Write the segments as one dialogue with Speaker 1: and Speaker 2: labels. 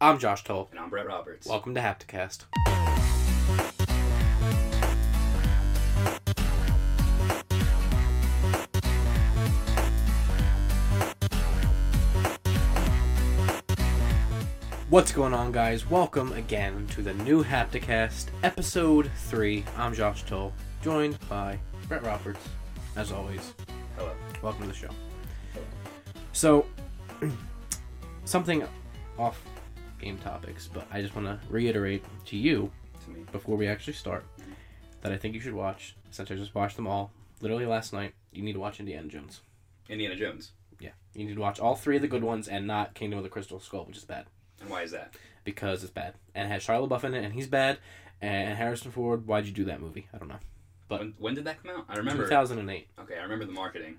Speaker 1: I'm Josh Toll.
Speaker 2: And I'm Brett Roberts.
Speaker 1: Welcome to Hapticast. What's going on, guys? Welcome again to the new Hapticast, episode 3. I'm Josh Toll, joined by Brett Roberts, as always.
Speaker 2: Hello.
Speaker 1: Welcome to the show. So, something off game topics, but I just want to reiterate to you
Speaker 2: To me.
Speaker 1: before we actually start that I think you should watch, since I just watched them all literally last night, you need to watch Indiana Jones.
Speaker 2: Indiana Jones.
Speaker 1: Yeah. You need to watch all three of the good ones and not Kingdom of the Crystal Skull, which is bad.
Speaker 2: And why is that?
Speaker 1: Because it's bad. And it has Shia LaBeouf in it, and he's bad. And Harrison Ford, why'd you do that movie? I don't know. But-
Speaker 2: when, when did that come out? I remember.
Speaker 1: 2008,
Speaker 2: Okay, I remember the marketing.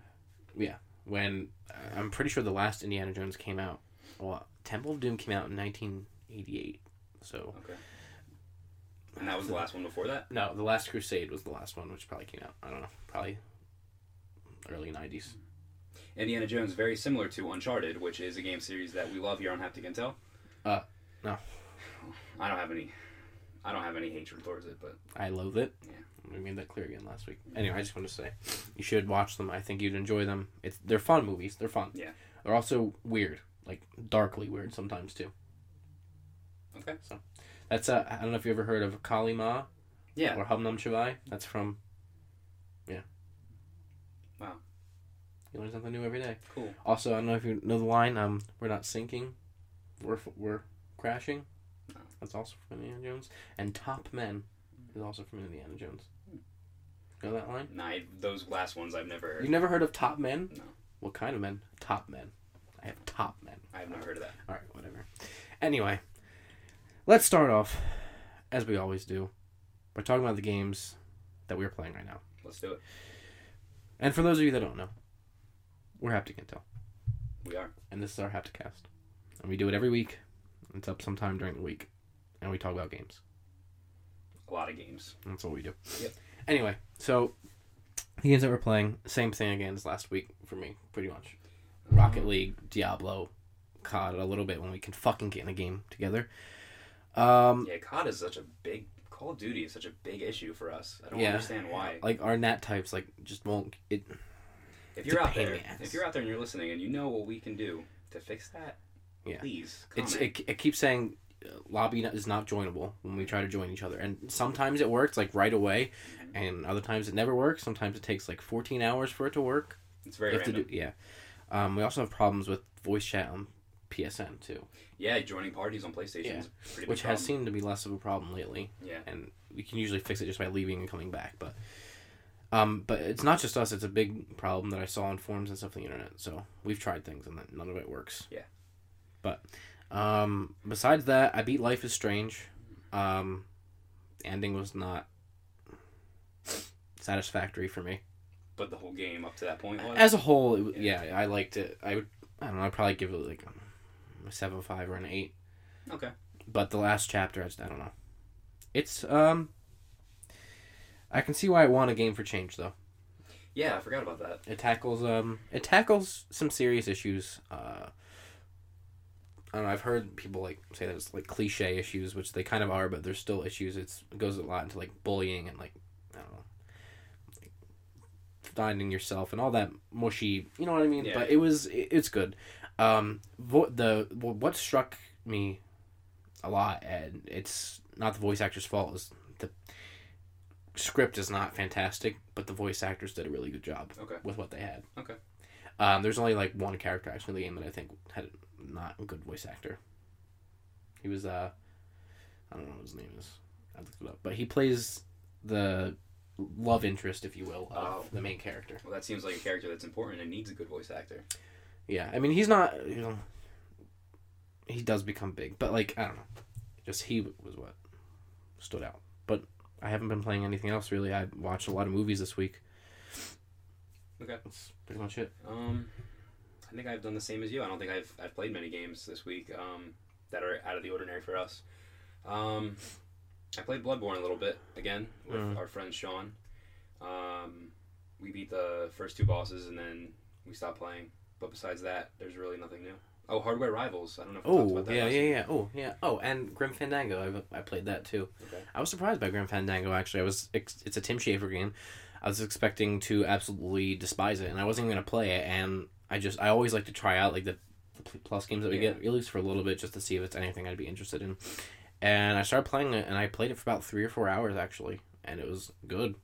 Speaker 1: when uh, I'm pretty sure the last Indiana Jones came out. Well, Temple of Doom came out in 1988. So,
Speaker 2: Okay. And that was the last one before that?
Speaker 1: No, The Last Crusade was the last one, which probably came out. I don't know, probably early nineties.
Speaker 2: Indiana Jones, very similar to Uncharted, which is a game series that we love here on Haptic Intel.
Speaker 1: Uh, no.
Speaker 2: I don't have any. I don't have any hatred towards it, but
Speaker 1: I loathe it.
Speaker 2: Yeah.
Speaker 1: We made that clear again last week. Anyway, I just want to say, you should watch them. I think you'd enjoy them. It's they're fun movies. They're fun.
Speaker 2: Yeah.
Speaker 1: They're also weird, like darkly weird sometimes too.
Speaker 2: Okay.
Speaker 1: So, that's uh, I don't know if you ever heard of Kali Ma
Speaker 2: yeah.
Speaker 1: or Hum Num Shavai. That's from. Yeah.
Speaker 2: Wow.
Speaker 1: You learn something new every day.
Speaker 2: Cool.
Speaker 1: Also, I don't know if you know the line. Um, we're not sinking, we're f- we're crashing.
Speaker 2: No.
Speaker 1: That's also from Indiana Jones. And Top Men is also from Indiana Jones. Know that line?
Speaker 2: Nah, I- those last ones I've never heard.
Speaker 1: You've never heard of Top Men?
Speaker 2: No.
Speaker 1: What kind of men? Top Men. I have Top Men.
Speaker 2: I have not heard of that.
Speaker 1: All right, whatever. Anyway, let's start off as we always do. We're talking about the games that we're playing right now.
Speaker 2: Let's do it.
Speaker 1: And for those of you that don't know, we're Haptic Intel.
Speaker 2: We are.
Speaker 1: and this is our Hapticast. And we do it every week. It's up sometime during the week. And we talk about games.
Speaker 2: A lot of games.
Speaker 1: That's all we do.
Speaker 2: Yep.
Speaker 1: Anyway, so the games that we're playing, same thing again as last week for me, pretty much.
Speaker 2: Mm-hmm.
Speaker 1: Rocket League, Diablo, COD a little bit when we can fucking get in a game together. Um,
Speaker 2: Yeah, COD is such a big. Call of Duty is such a big issue for us. I don't
Speaker 1: Yeah.
Speaker 2: understand why.
Speaker 1: like our nat types, like just won't it.
Speaker 2: If
Speaker 1: It's
Speaker 2: you're
Speaker 1: a
Speaker 2: out
Speaker 1: pain
Speaker 2: there,
Speaker 1: in the ass.
Speaker 2: if you're out there and you're listening and you know what we can do to fix that,
Speaker 1: Yeah.
Speaker 2: please comment.
Speaker 1: It's it, it keeps saying uh, lobby is not joinable when we try to join each other, and sometimes it works like right away, and other times it never works. Sometimes it takes like fourteen hours for it to work.
Speaker 2: It's very
Speaker 1: You have to
Speaker 2: random.
Speaker 1: do, yeah. Um, we also have problems with voice chat on PSN too,
Speaker 2: yeah, joining parties on PlayStation is a pretty
Speaker 1: which
Speaker 2: big
Speaker 1: has
Speaker 2: problem.
Speaker 1: seemed to be less of a problem lately
Speaker 2: yeah.
Speaker 1: and we can usually fix it just by leaving and coming back. But um, but it's not just us; it's a big problem that I saw on forums and stuff on the internet. So we've tried things, and that none of it works.
Speaker 2: Yeah.
Speaker 1: But um, besides that, I beat Life is Strange. Um, ending was not satisfactory for me
Speaker 2: But the whole game up to that point was
Speaker 1: Uh, as a whole. It, wa- yeah, I liked it. I would. I don't know. I'd probably give it like a seven five or an eight
Speaker 2: okay.
Speaker 1: but the last chapter, I, just, I don't know. It's um, I can see why I want a game for change though.
Speaker 2: Yeah, I forgot about that.
Speaker 1: It tackles um, it tackles some serious issues. Uh, I don't know. I've heard people like say that it's like cliche issues, which they kind of are, but there's still issues. It's it goes a lot into like bullying and like I don't know, like, finding yourself and all that mushy. You know what I mean?
Speaker 2: Yeah.
Speaker 1: But it was it, it's good. Um, vo- the wh- what struck me a lot, and it's not the voice actor's fault. Is the script is not fantastic, but the voice actors did a really good job
Speaker 2: Okay.
Speaker 1: with what they had.
Speaker 2: Okay.
Speaker 1: Um, there's only like one character actually in the game that I think had not a good voice actor. He was uh, I don't know what his name is. I looked it up, but he plays the love interest, if you will, of
Speaker 2: Oh.
Speaker 1: the main character.
Speaker 2: Well, that seems like a character that's important and needs a good voice actor.
Speaker 1: Yeah, I mean he's not you know he does become big, but like I don't know, just he was what stood out. But I haven't been playing anything else really. I watched a lot of movies this week.
Speaker 2: Okay.
Speaker 1: that's pretty much it.
Speaker 2: Um, I think I've done the same as you. I don't think I've I've played many games this week. Um, that are out of the ordinary for us. Um, I played Bloodborne a little bit again with
Speaker 1: Mm.
Speaker 2: our friend Sean. Um, we beat the first two bosses and then we stopped playing. But besides that, there's really nothing new. Oh, Hardware Rivals. I don't know if we talked
Speaker 1: Oh
Speaker 2: about that.
Speaker 1: yeah,
Speaker 2: last
Speaker 1: yeah, yeah. Oh yeah. Oh, and Grim Fandango. I I played that too.
Speaker 2: Okay.
Speaker 1: I was surprised by Grim Fandango. Actually, I was. Ex- it's a Tim Schafer game. I was expecting to absolutely despise it, and I wasn't even gonna play it. And I just I always like to try out like the, the pl- plus games that we
Speaker 2: Yeah.
Speaker 1: get at least for a little bit just to see if it's anything I'd be interested in. And I started playing it, and I played it for about three or four hours actually, and it was good.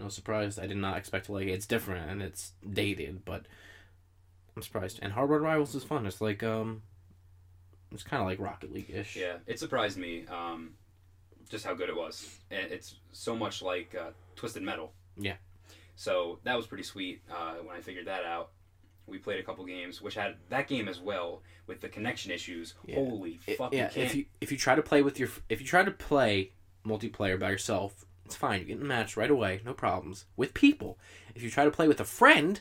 Speaker 1: I was surprised. I did not expect to like it. It's different and it's dated, but I'm surprised. And Hardware Rivals is fun. It's like um, it's kind of like Rocket League ish.
Speaker 2: Yeah, it surprised me um, just how good it was. And it's so much like uh, Twisted Metal.
Speaker 1: Yeah.
Speaker 2: So that was pretty sweet uh, when I figured that out. We played a couple games, which had that game as well with the connection issues.
Speaker 1: Yeah.
Speaker 2: Holy
Speaker 1: It-
Speaker 2: fuck!
Speaker 1: yeah,
Speaker 2: you can't.
Speaker 1: if you if you try to play with your if you try to play multiplayer by yourself, it's fine. You get in a match right away, no problems. With people, if you try to play with a friend,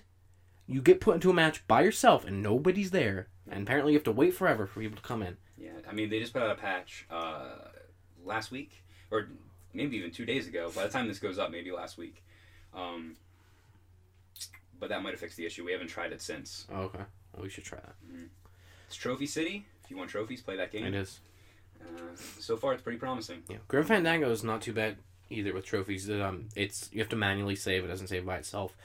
Speaker 1: you get put into a match by yourself and nobody's there, and apparently you have to wait forever for people to come in.
Speaker 2: Yeah, I mean, they just put out a patch uh, last week, or maybe even two days ago. By the time this goes up, maybe last week. Um, but that might have fixed the issue. We haven't tried it since.
Speaker 1: Oh, okay, well, we should try that.
Speaker 2: It's Trophy City. If you want trophies, play that game.
Speaker 1: It is.
Speaker 2: Uh, so far, it's pretty promising.
Speaker 1: Yeah, Grim Fandango is not too bad either with trophies. Um, it's you have to manually save; it doesn't save by itself.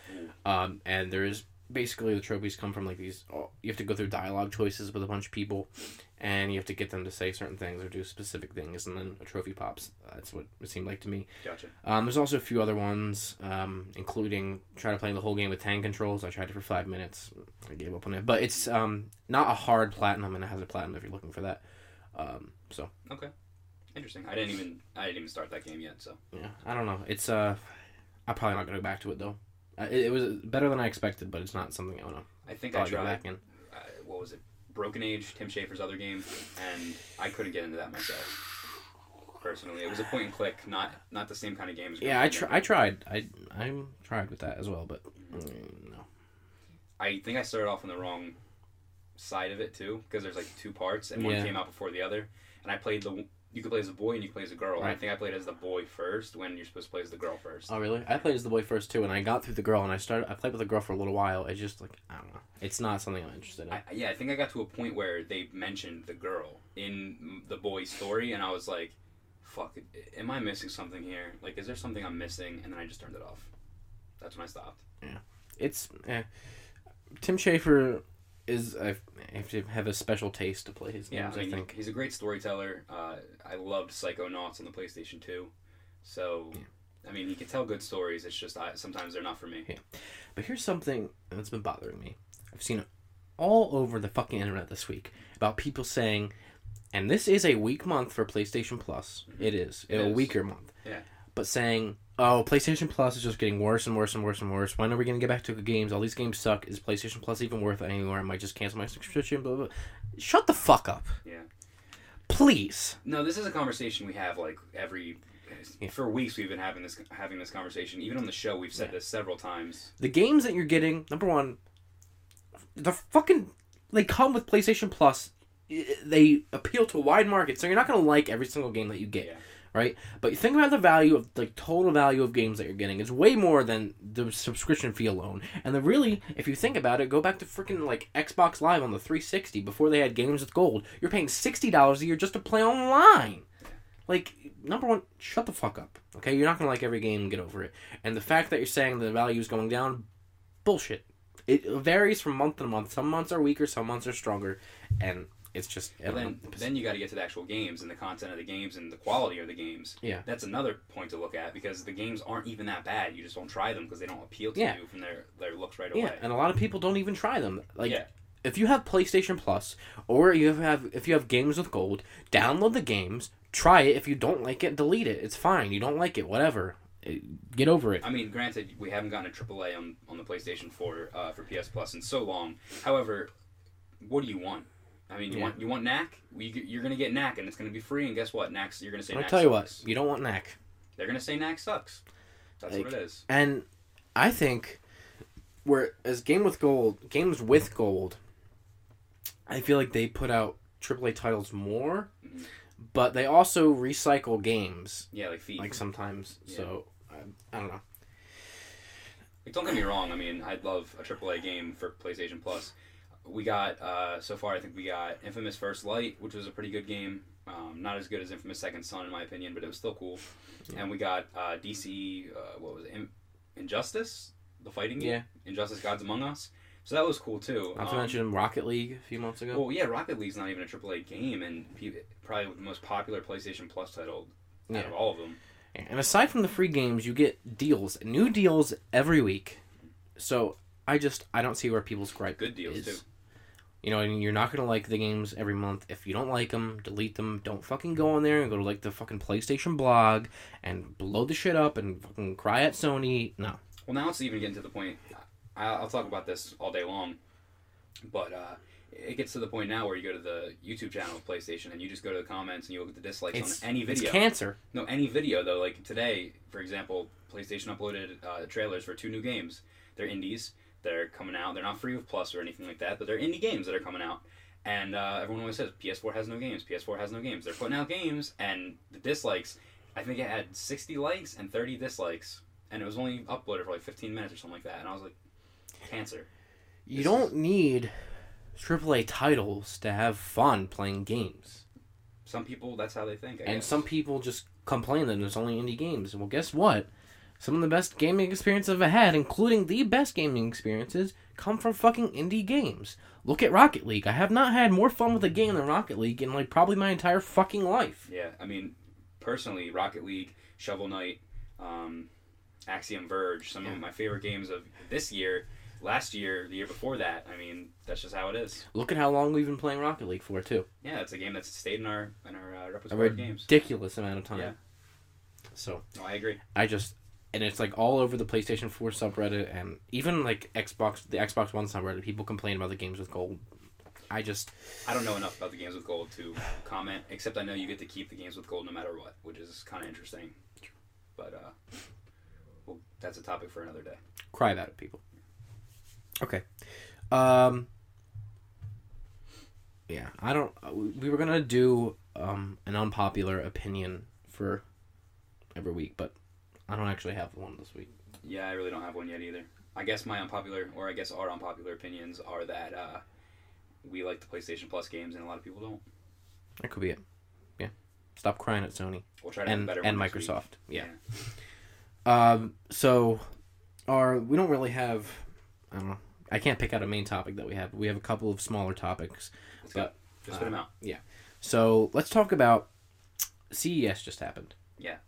Speaker 2: Ooh.
Speaker 1: Um, and there is basically the trophies come from like these. oh, You have to go through dialogue choices with a bunch of people, and you have to get them to say certain things or do specific things, and then a trophy pops. That's what it seemed like to me.
Speaker 2: Gotcha.
Speaker 1: Um, there's also a few other ones, um, including trying to play the whole game with tank controls. I tried it for five minutes. I gave up on it, but it's um, not a hard platinum, and it has a platinum if you're looking for that. Um, so
Speaker 2: Okay. Interesting. I didn't even I didn't even start that game yet. So
Speaker 1: Yeah, I don't know. It's uh, I'm probably not gonna go back to it though. Uh, it, it was better than I expected, but it's not something I wanna
Speaker 2: I think I
Speaker 1: probably go
Speaker 2: tried.
Speaker 1: back in.
Speaker 2: Uh, what was it? Broken Age, Tim Schafer's other game, and I couldn't get into that myself. Personally, it was a point and click, not not the same kind of game. As
Speaker 1: Yeah, I
Speaker 2: Grim
Speaker 1: tr-
Speaker 2: Fandango.
Speaker 1: I tried. I I'm tried with that as well, but mm, no.
Speaker 2: I think I started off on the wrong side of it too, because there's like two parts, and one
Speaker 1: Yeah.
Speaker 2: came out before the other. And I played the you could play as a boy and you could play as a girl. And I
Speaker 1: Right.
Speaker 2: think I played as the boy first when you're supposed to play as the girl first.
Speaker 1: Oh really? I played as the boy first too, and I got through the girl, and I started. I played with the girl for a little while. It's just like I don't know. It's not something I'm interested in.
Speaker 2: I, yeah, I think I got to a point where they mentioned the girl in the boy's story, and I was like, "Fuck, am I missing something here? Like, is there something I'm missing?" And then I just turned it off. That's when I stopped.
Speaker 1: it's eh. Tim Schafer is I have to have a special taste to play his
Speaker 2: Yeah,
Speaker 1: games.
Speaker 2: I,
Speaker 1: I,
Speaker 2: mean,
Speaker 1: think.
Speaker 2: he's a great storyteller. Uh, I loved Psychonauts on the PlayStation Two, so. I mean, he can tell good stories. It's just I, sometimes they're not for me.
Speaker 1: But here's something that's been bothering me. I've seen it all over the fucking internet this week about people saying, and this is a weak month for PlayStation Plus. It is.
Speaker 2: It
Speaker 1: a
Speaker 2: is.
Speaker 1: weaker month.
Speaker 2: Yeah.
Speaker 1: But saying, oh, PlayStation Plus is just getting worse and worse and worse and worse. When are we going to get back to good games? All these games suck. Is PlayStation Plus even worth it anymore? I might just cancel my subscription. Blah, blah. blah." Shut the fuck up.
Speaker 2: Yeah.
Speaker 1: Please.
Speaker 2: No, this is a conversation we have like every for weeks. We've been having this having this conversation. Even on the show, we've said this several times.
Speaker 1: The games that you're getting, number one, the fucking they come with PlayStation Plus. I- They appeal to a wide market, so you're not gonna like every single game that you get,
Speaker 2: Yeah.
Speaker 1: right? But you think about the value of the total value of games that you're getting. It's way more than the subscription fee alone. And the really, if you think about it, go back to freaking like Xbox Live on the 360 before they had games with gold. You're paying sixty dollars a year just to play online. Like number one, shut the fuck up. Okay, you're not gonna like every game. Get over it. And the fact that you're saying the value is going down, bullshit. It varies from month to month. Some months are weaker, some months are stronger, and it's just. I
Speaker 2: But
Speaker 1: don't
Speaker 2: then
Speaker 1: know.
Speaker 2: then you got to get to the actual games and the content of the games and the quality of the games.
Speaker 1: Yeah.
Speaker 2: That's another point to look at because the games aren't even that bad. You just don't try them because they don't appeal to
Speaker 1: Yeah.
Speaker 2: you from their their looks right
Speaker 1: yeah,
Speaker 2: away.
Speaker 1: and a lot of people don't even try them. Like,
Speaker 2: Yeah.
Speaker 1: if you have PlayStation Plus, or you have if you have games with gold, download the games, try it. If you don't like it, delete it. It's fine. You don't like it, whatever. It- get over it.
Speaker 2: I mean, granted, we haven't gotten a AAA on, on the PlayStation 4 uh, for PS Plus in so long. However, what do you want? I mean, you
Speaker 1: Yeah.
Speaker 2: want you want Knack? We, you're going to get Knack, and it's going to be free. And guess what? Knack's you're going to say.
Speaker 1: I'll
Speaker 2: Knack
Speaker 1: tell you
Speaker 2: sucks.
Speaker 1: what. You don't want knack.
Speaker 2: They're gonna say Knack sucks. That's
Speaker 1: Like-
Speaker 2: what it is.
Speaker 1: And I think where as game with gold, games with gold, I feel like they put out AAA titles more,
Speaker 2: Mhm.
Speaker 1: but they also recycle games
Speaker 2: Yeah, like feet.
Speaker 1: like
Speaker 2: Like,
Speaker 1: sometimes.
Speaker 2: Yeah.
Speaker 1: So I, I don't know.
Speaker 2: don't get me wrong. I mean, I'd love a AAA game for PlayStation Plus. we got uh, so far. I think we got Infamous First Light, which was a pretty good game. Um, not as good as Infamous Second Son in my opinion, but it was still cool.
Speaker 1: Yeah.
Speaker 2: And we got uh, DC. Uh, what was it? In- Injustice, the fighting game.
Speaker 1: Yeah.
Speaker 2: Injustice: Gods Among Us. So that was cool too.
Speaker 1: Not to
Speaker 2: Um,
Speaker 1: mention Rocket League a few months ago.
Speaker 2: Well, yeah, Rocket League's not even a AAA game, and pe- probably the most popular PlayStation Plus title out
Speaker 1: Yeah.
Speaker 2: of all of them.
Speaker 1: And aside from the free games, you get deals, new deals every week. So I just I don't see where people's gripe
Speaker 2: Good deals
Speaker 1: is.
Speaker 2: too.
Speaker 1: You know, and you're not gonna like the games every month. If you don't like them, delete them. Don't fucking go on there and go to like the fucking PlayStation blog and blow the shit up and fucking cry at Sony. No,
Speaker 2: Well, now it's even getting to the point. I, I'll talk about this all day long, but uh, it gets to the point now where you go to the YouTube channel of PlayStation and you just go to the comments and you look at the dislikes
Speaker 1: it's
Speaker 2: on any video.
Speaker 1: It's cancer.
Speaker 2: no, any video though. Like today, for example, PlayStation uploaded uh, trailers for two new games. They're indies. They're coming out. They're not free with Plus or anything like that, but they're indie games that are coming out. And uh, everyone always says PS4 has no games. PS4 has no games. They're putting out games, and the dislikes. I think it had 60 likes and 30 dislikes, and it was only uploaded for like 15 minutes or something like that. And I was like, cancer.
Speaker 1: You
Speaker 2: This
Speaker 1: don't need AAA titles to have fun playing games.
Speaker 2: Some people, that's how they think. I
Speaker 1: And
Speaker 2: guess.
Speaker 1: some people just complain that there's only indie games. Well, guess what? Some of the best gaming experiences I've had, including the best gaming experiences, come from fucking indie games. Look at Rocket League. I have not had more fun with a game than Rocket League in like probably my entire fucking life.
Speaker 2: Yeah, I mean, personally, Rocket League, Shovel Knight, um, Axiom Verge, some
Speaker 1: Yeah.
Speaker 2: of my favorite games of this year, last year, the year before that. I mean, that's just how it is.
Speaker 1: Look at how long we've been playing Rocket League for too.
Speaker 2: Yeah, it's a game that's stayed in our in our uh,
Speaker 1: A
Speaker 2: repertoire of games.
Speaker 1: ridiculous amount of time.
Speaker 2: Yeah.
Speaker 1: So
Speaker 2: No, I agree.
Speaker 1: I just and it's like all over the PlayStation 4 subreddit and even like Xbox the Xbox One subreddit, people complain about the games with gold. I just
Speaker 2: I don't know enough about the games with gold to comment, except I know you get to keep the games with gold no matter what, which is kind of interesting. But uh, well, that's a topic for another day.
Speaker 1: cry about it, people. Okay. Um Yeah, I don't uh, we we were going to do um an unpopular opinion for every week, but I don't actually have one this week.
Speaker 2: Yeah, I really don't have one yet either. I guess my unpopular, or I guess our unpopular opinions are that uh, we like the PlayStation Plus games and a lot of people don't.
Speaker 1: That could be it. Yeah. Stop crying at Sony
Speaker 2: We'll try to have a
Speaker 1: and
Speaker 2: better
Speaker 1: and
Speaker 2: one next week.
Speaker 1: Microsoft. Yeah. Um, so, our we don't really have. I don't know. I can't pick out a main topic that we have. We have a couple of smaller topics.
Speaker 2: Let's go.
Speaker 1: But, uh,
Speaker 2: Just put them out.
Speaker 1: So let's talk about CES just happened.
Speaker 2: Yeah.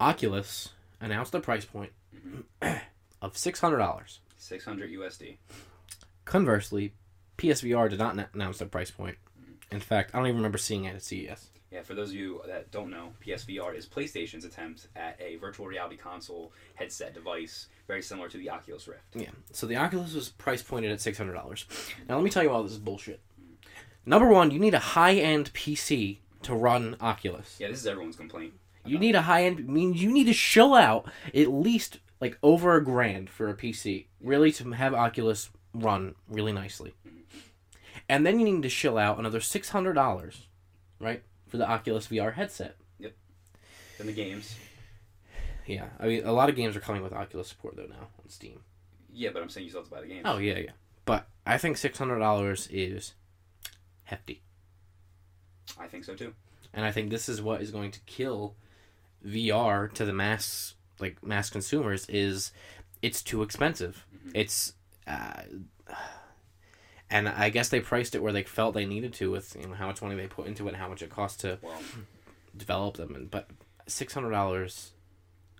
Speaker 1: Oculus announced a price point of six hundred dollars.
Speaker 2: 600 USD.
Speaker 1: Conversely, PSVR did not na- announce their price point. In fact, I don't even remember seeing it at E CES.
Speaker 2: Yeah, for those of you that don't know, PSVR is PlayStation's attempt at a virtual reality console headset device very similar to the Oculus Rift.
Speaker 1: Yeah. So the Oculus was price pointed at six hundred dollars. Now let me tell you all this is bullshit. Number one, you need a high end PC to run Oculus.
Speaker 2: Yeah, this is everyone's complaint.
Speaker 1: You need a high end. I mean, you need to shell out at least like over a grand for a PC, really, to have Oculus run really nicely. And then you need to shell out another six hundred dollars, right, for the Oculus VR headset.
Speaker 2: And the games.
Speaker 1: Yeah, I mean, a lot of games are coming with Oculus support though now on Steam.
Speaker 2: Yeah, but I'm saying you still have to buy the games.
Speaker 1: Oh yeah, yeah. But I think six hundred dollars is hefty,
Speaker 2: I think so too.
Speaker 1: and I think this is what is going to kill VR to the mass, like mass consumers, is it's too expensive.
Speaker 2: Mm-hmm.
Speaker 1: It's, uh, and I guess they priced it where they felt they needed to with you know how much money they put into it and how much it costs to
Speaker 2: Well,
Speaker 1: develop them. And but six hundred dollars,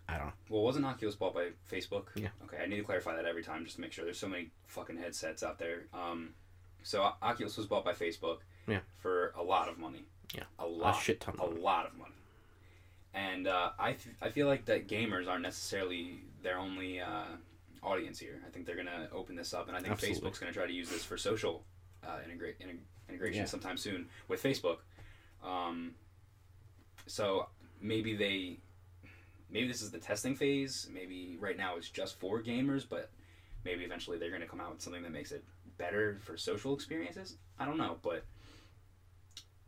Speaker 1: I don't. know.
Speaker 2: Well, wasn't Oculus bought by Facebook?
Speaker 1: Yeah.
Speaker 2: Okay, I need to clarify that every time just to make sure. There's so many fucking headsets out there. Um, so O- Oculus was bought by Facebook.
Speaker 1: Yeah.
Speaker 2: For a lot of money.
Speaker 1: Yeah.
Speaker 2: A lot.
Speaker 1: shit ton of
Speaker 2: A
Speaker 1: money.
Speaker 2: lot of money. And uh, I, th- I feel like that gamers aren't necessarily their only uh, audience here. I think they're gonna open this up, and I think
Speaker 1: Absolutely.
Speaker 2: Facebook's gonna try to use this for social uh, integra- integ- integration
Speaker 1: Yeah.
Speaker 2: sometime soon with Facebook. Um, so maybe they maybe this is the testing phase. Maybe right now it's just for gamers, but maybe eventually they're going to come out with something that makes it better for social experiences. I don't know, but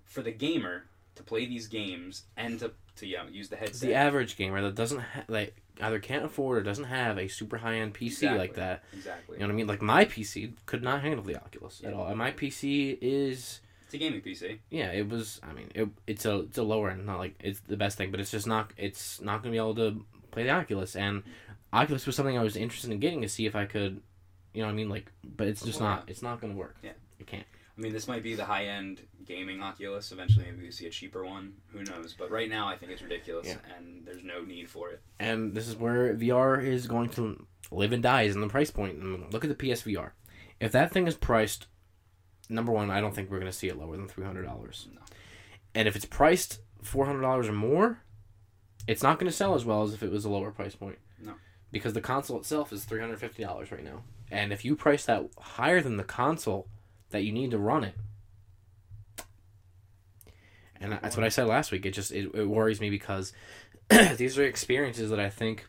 Speaker 2: for the gamer to play these games and to to you know, use the headset,
Speaker 1: The average gamer that doesn't ha- like either can't afford or doesn't have a super high end PC like
Speaker 2: Exactly.
Speaker 1: that.
Speaker 2: Exactly.
Speaker 1: You know what I mean? Like my PC could not handle the Oculus at
Speaker 2: Yeah.
Speaker 1: all. And my PC is
Speaker 2: It's a gaming PC.
Speaker 1: yeah, it was I mean, it, it's a it's a lower end, not like it's the best thing, but it's just not it's not gonna be able to play the Oculus and Oculus was something I was interested in getting to see if I could you know what I mean, like but it's just
Speaker 2: Well,
Speaker 1: not it's not gonna work.
Speaker 2: Yeah.
Speaker 1: It can't.
Speaker 2: I mean, this might be the high end gaming Oculus. Eventually, maybe we see a cheaper one. Who knows? But right now, I think it's ridiculous,
Speaker 1: Yeah.
Speaker 2: and there's no need for it.
Speaker 1: And this is where VR is going to live and die is in the price point. And look at the PSVR. If that thing is priced number one, I don't think we're gonna see it lower than three hundred dollars.
Speaker 2: No.
Speaker 1: And if it's priced four hundred dollars or more, it's not going to sell as well as if it was a lower price point.
Speaker 2: No.
Speaker 1: Because the console itself is three hundred fifty dollars right now, and if you price that higher than the console that you need to run it, and that's what I said last week. It just it, it worries me because these are experiences that I think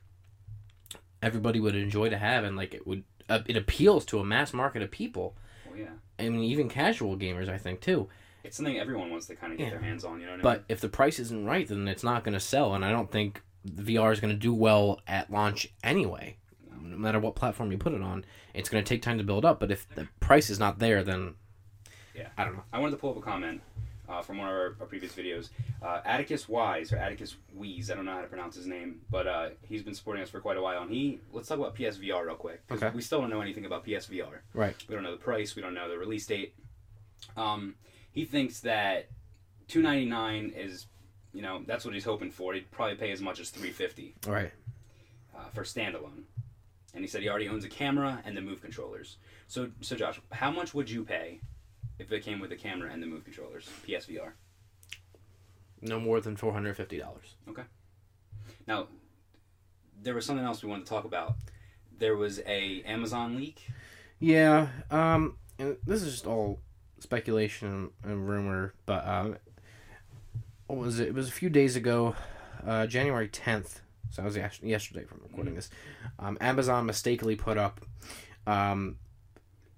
Speaker 1: everybody would enjoy to have, and like it would uh, it appeals to a mass market of people.
Speaker 2: Well, yeah,
Speaker 1: I mean, even casual gamers, I think too.
Speaker 2: it's something everyone wants to kind of get
Speaker 1: Yeah.
Speaker 2: their hands on. You know what I mean?
Speaker 1: But if the price isn't right, then it's not going to sell, and I don't think VR is going to do well at launch anyway. No matter what platform you put it on, it's going to take time to build up. But if the price is not there, then
Speaker 2: Yeah.
Speaker 1: I don't know.
Speaker 2: I wanted to pull up a comment uh, from one of our, our previous videos. Uh, Atticus Wise, or Atticus Wheeze, I don't know how to pronounce his name, but uh, he's been supporting us for quite a while. And he, let's talk about PSVR real quick. 'cause
Speaker 1: Okay.
Speaker 2: We still don't know anything about PSVR.
Speaker 1: Right.
Speaker 2: We don't know the price, we don't know the release date. Um, he thinks that 299 is, you know, that's what he's hoping for. He'd probably pay as much as 350
Speaker 1: All right.
Speaker 2: uh, for standalone. And he said he already owns a camera and the Move controllers. So, so Josh, how much would you pay if it came with the camera and the Move controllers, PSVR?
Speaker 1: No more than four hundred fifty dollars.
Speaker 2: Now, there was something else we wanted to talk about. There was a Amazon leak.
Speaker 1: Yeah. Um. And this is just all speculation and rumor, but um, what was it? It was a few days ago, uh, January tenth. So I was yes- yesterday from recording this. Um, Amazon mistakenly put up um,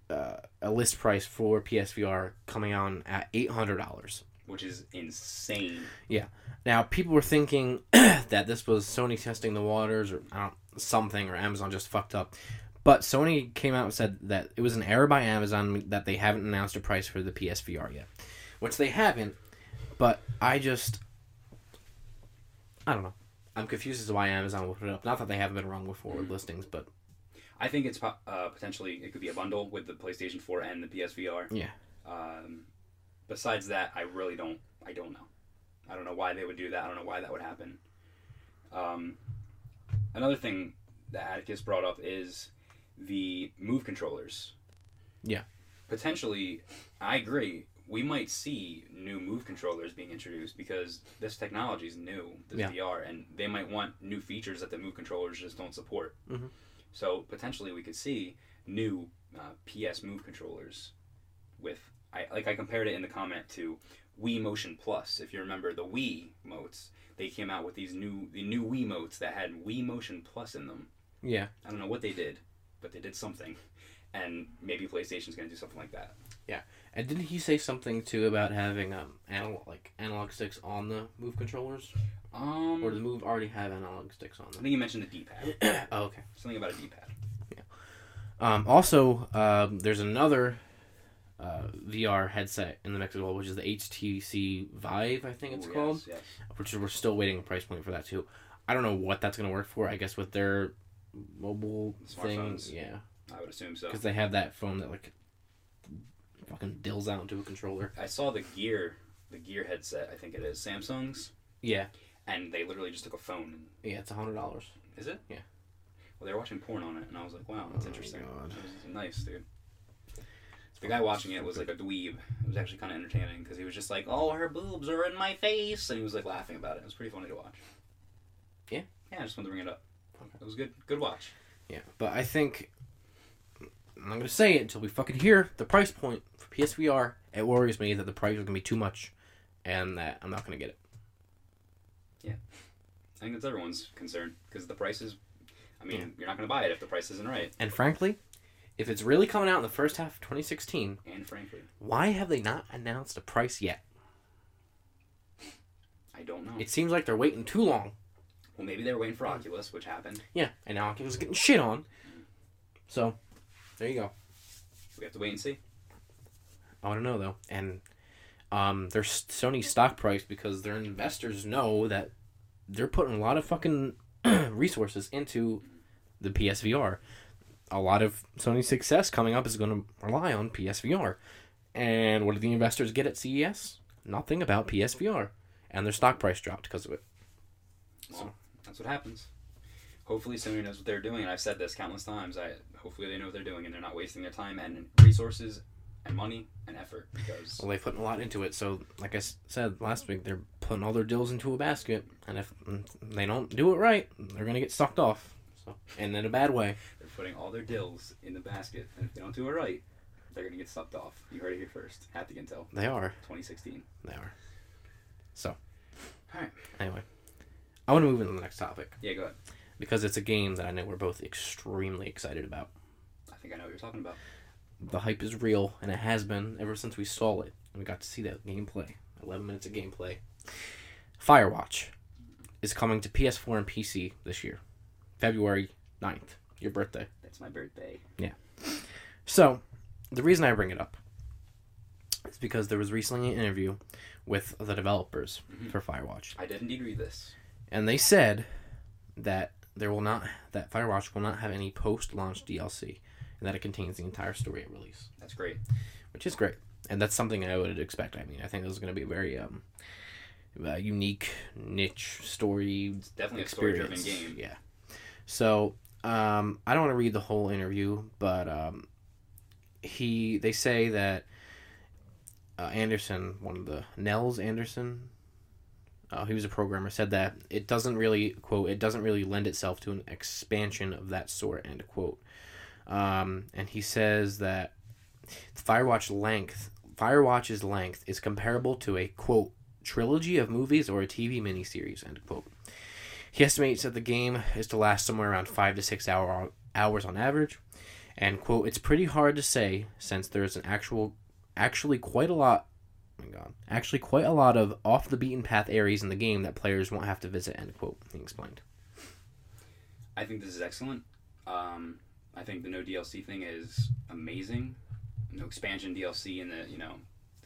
Speaker 1: uh, a list price for PSVR coming on at eight hundred dollars.
Speaker 2: Which is insane.
Speaker 1: Now people were thinking that this was Sony testing the waters or I don't, something or Amazon just fucked up. But Sony came out and said that it was an error by Amazon that they haven't announced a price for the PSVR yet, which they haven't. But I just, I don't know. I'm confused as to why Amazon would put it up. Not that they haven't been wrong before with listings, but
Speaker 2: I think it's po- uh, potentially it could be a bundle with the PlayStation 4 and the PSVR.
Speaker 1: Yeah.
Speaker 2: Um, besides that, I really don't. I don't know. I don't know why they would do that. I don't know why that would happen. Um, another thing that Atticus brought up is the move controllers.
Speaker 1: Yeah.
Speaker 2: Potentially, I agree. We might see new move controllers being introduced because this technology is new, this
Speaker 1: Yeah.
Speaker 2: VR, and they might want new features that the move controllers just don't support.
Speaker 1: Mhm.
Speaker 2: So potentially, we could see new uh, PS Move controllers with I like I compared it in the comment to Wii Motion Plus. If you remember the Wii motes, they came out with these new the new Wii motes that had Wii Motion Plus in them.
Speaker 1: yeah,
Speaker 2: I don't know what they did, but they did something, and maybe PlayStation's gonna do something like that.
Speaker 1: And didn't he say something too about having um analog like analog sticks on the move controllers,
Speaker 2: Um,
Speaker 1: or the move already have analog sticks on
Speaker 2: I think you mentioned the D-pad.
Speaker 1: them? oh, okay.
Speaker 2: Something about a D-pad.
Speaker 1: Um, also, um, there's another uh, VR headset in the mix as well, which is the HTC Vive, I think it's
Speaker 2: Ooh,
Speaker 1: called,
Speaker 2: Yes, yes.
Speaker 1: which we're still waiting a price point for that too. I don't know what that's gonna work for. I guess with their mobile thing,
Speaker 2: Smartphones.
Speaker 1: yeah,
Speaker 2: I would assume so.
Speaker 1: because they have that phone that like fucking dills out into a controller.
Speaker 2: I saw the Gear, the Gear headset. I think it is Samsung's,
Speaker 1: Yeah,
Speaker 2: and they literally just took a phone and
Speaker 1: yeah, it's a hundred dollars.
Speaker 2: Is it?
Speaker 1: Yeah.
Speaker 2: Well, they were watching porn on it, and I was like, wow, that's
Speaker 1: Oh,
Speaker 2: interesting.
Speaker 1: God.
Speaker 2: It was nice, dude. The guy watching it was like a dweeb. It was actually kind of entertaining because he was just like, "Oh, her boobs are in my face," and he was like laughing about it. It was pretty funny to watch.
Speaker 1: Yeah.
Speaker 2: Yeah, I just wanted to bring it up.
Speaker 1: Okay.
Speaker 2: It was good. Good watch.
Speaker 1: Yeah, but I think I'm not gonna say it until we fucking hear the price point for PSVR. It worries me that the price is gonna be too much, and that I'm not gonna get it.
Speaker 2: I think that's everyone's concern because the price is. I mean, you're not gonna buy it if the price isn't right.
Speaker 1: And frankly, if it's really coming out in the first half of 2016,
Speaker 2: And frankly,
Speaker 1: why have they not announced a price yet?
Speaker 2: I don't know.
Speaker 1: It seems like they're waiting too long.
Speaker 2: Well, maybe they were waiting for Oculus, which happened.
Speaker 1: Yeah, and now Oculus is getting shit on. So, there you go.
Speaker 2: We have to wait and see.
Speaker 1: I want to know though, and um, their s- Sony stock price because their investors know that they're putting a lot of fucking resources into the PSVR. A lot of Sony's success coming up is going to rely on PSVR. And what did the investors get at CES? Nothing about PSVR, and their stock price dropped because of it.
Speaker 2: Well, that's what happens. Hopefully, Sony knows what they're doing, and I've said this countless times. I hopefully they know what they're doing, and they're not wasting their time and resources and money and effort because
Speaker 1: Well, they put a lot into it. So, like I s- said last week, they're putting all their dills into a basket, and if mm, they don't do it right, they're gonna get sucked off. So, and in a bad way.
Speaker 2: they're putting all their dills in the basket, and if they don't do it right, they're gonna get sucked off. You heard it here first. At the Intel,
Speaker 1: They are.
Speaker 2: 2016.
Speaker 1: They are. So.
Speaker 2: Alright.
Speaker 1: Anyway, I want to move into the next topic
Speaker 2: Yeah, go ahead.
Speaker 1: because it's a game that I know we're both extremely excited about.
Speaker 2: I think I know what you're talking about.
Speaker 1: The hype is real, and it has been ever since we saw it and we got to see that gameplay. Eleven minutes of gameplay. Firewatch is coming to PS4 and PC this year, February 9th, your birthday.
Speaker 2: That's my birthday.
Speaker 1: So, the reason I bring it up is because there was recently an interview with the developers for Firewatch,
Speaker 2: I did indeed read this.
Speaker 1: and they said that there will not that Firewatch will not have any post-launch DLC, and that it contains the entire story at release,
Speaker 2: That's great.
Speaker 1: which is great, and that's something I would expect. I mean, I think this is going to be a very um, uh, unique niche story
Speaker 2: It's definitely a
Speaker 1: experience.
Speaker 2: story-driven game.
Speaker 1: Yeah. So um, I don't want to read the whole interview, but um, he they say that uh, Anderson, one of the Nels Anderson, uh, he was a programmer, said that it doesn't really quote it doesn't really lend itself to an expansion of that sort end quote. Um, and he says that Firewatch length Firewatch's length is comparable to a quote trilogy of movies or a TV miniseries end quote. He estimates that the game is to last somewhere around five to six hour, hours on average, and quote, "It's pretty hard to say since there is an actual, actually quite a lot, oh my God, actually quite a lot of off the beaten path areas in the game that players won't have to visit." End quote. He explained.
Speaker 2: I think this is excellent. Um, I think the no DLC thing is amazing. No expansion DLC in the you know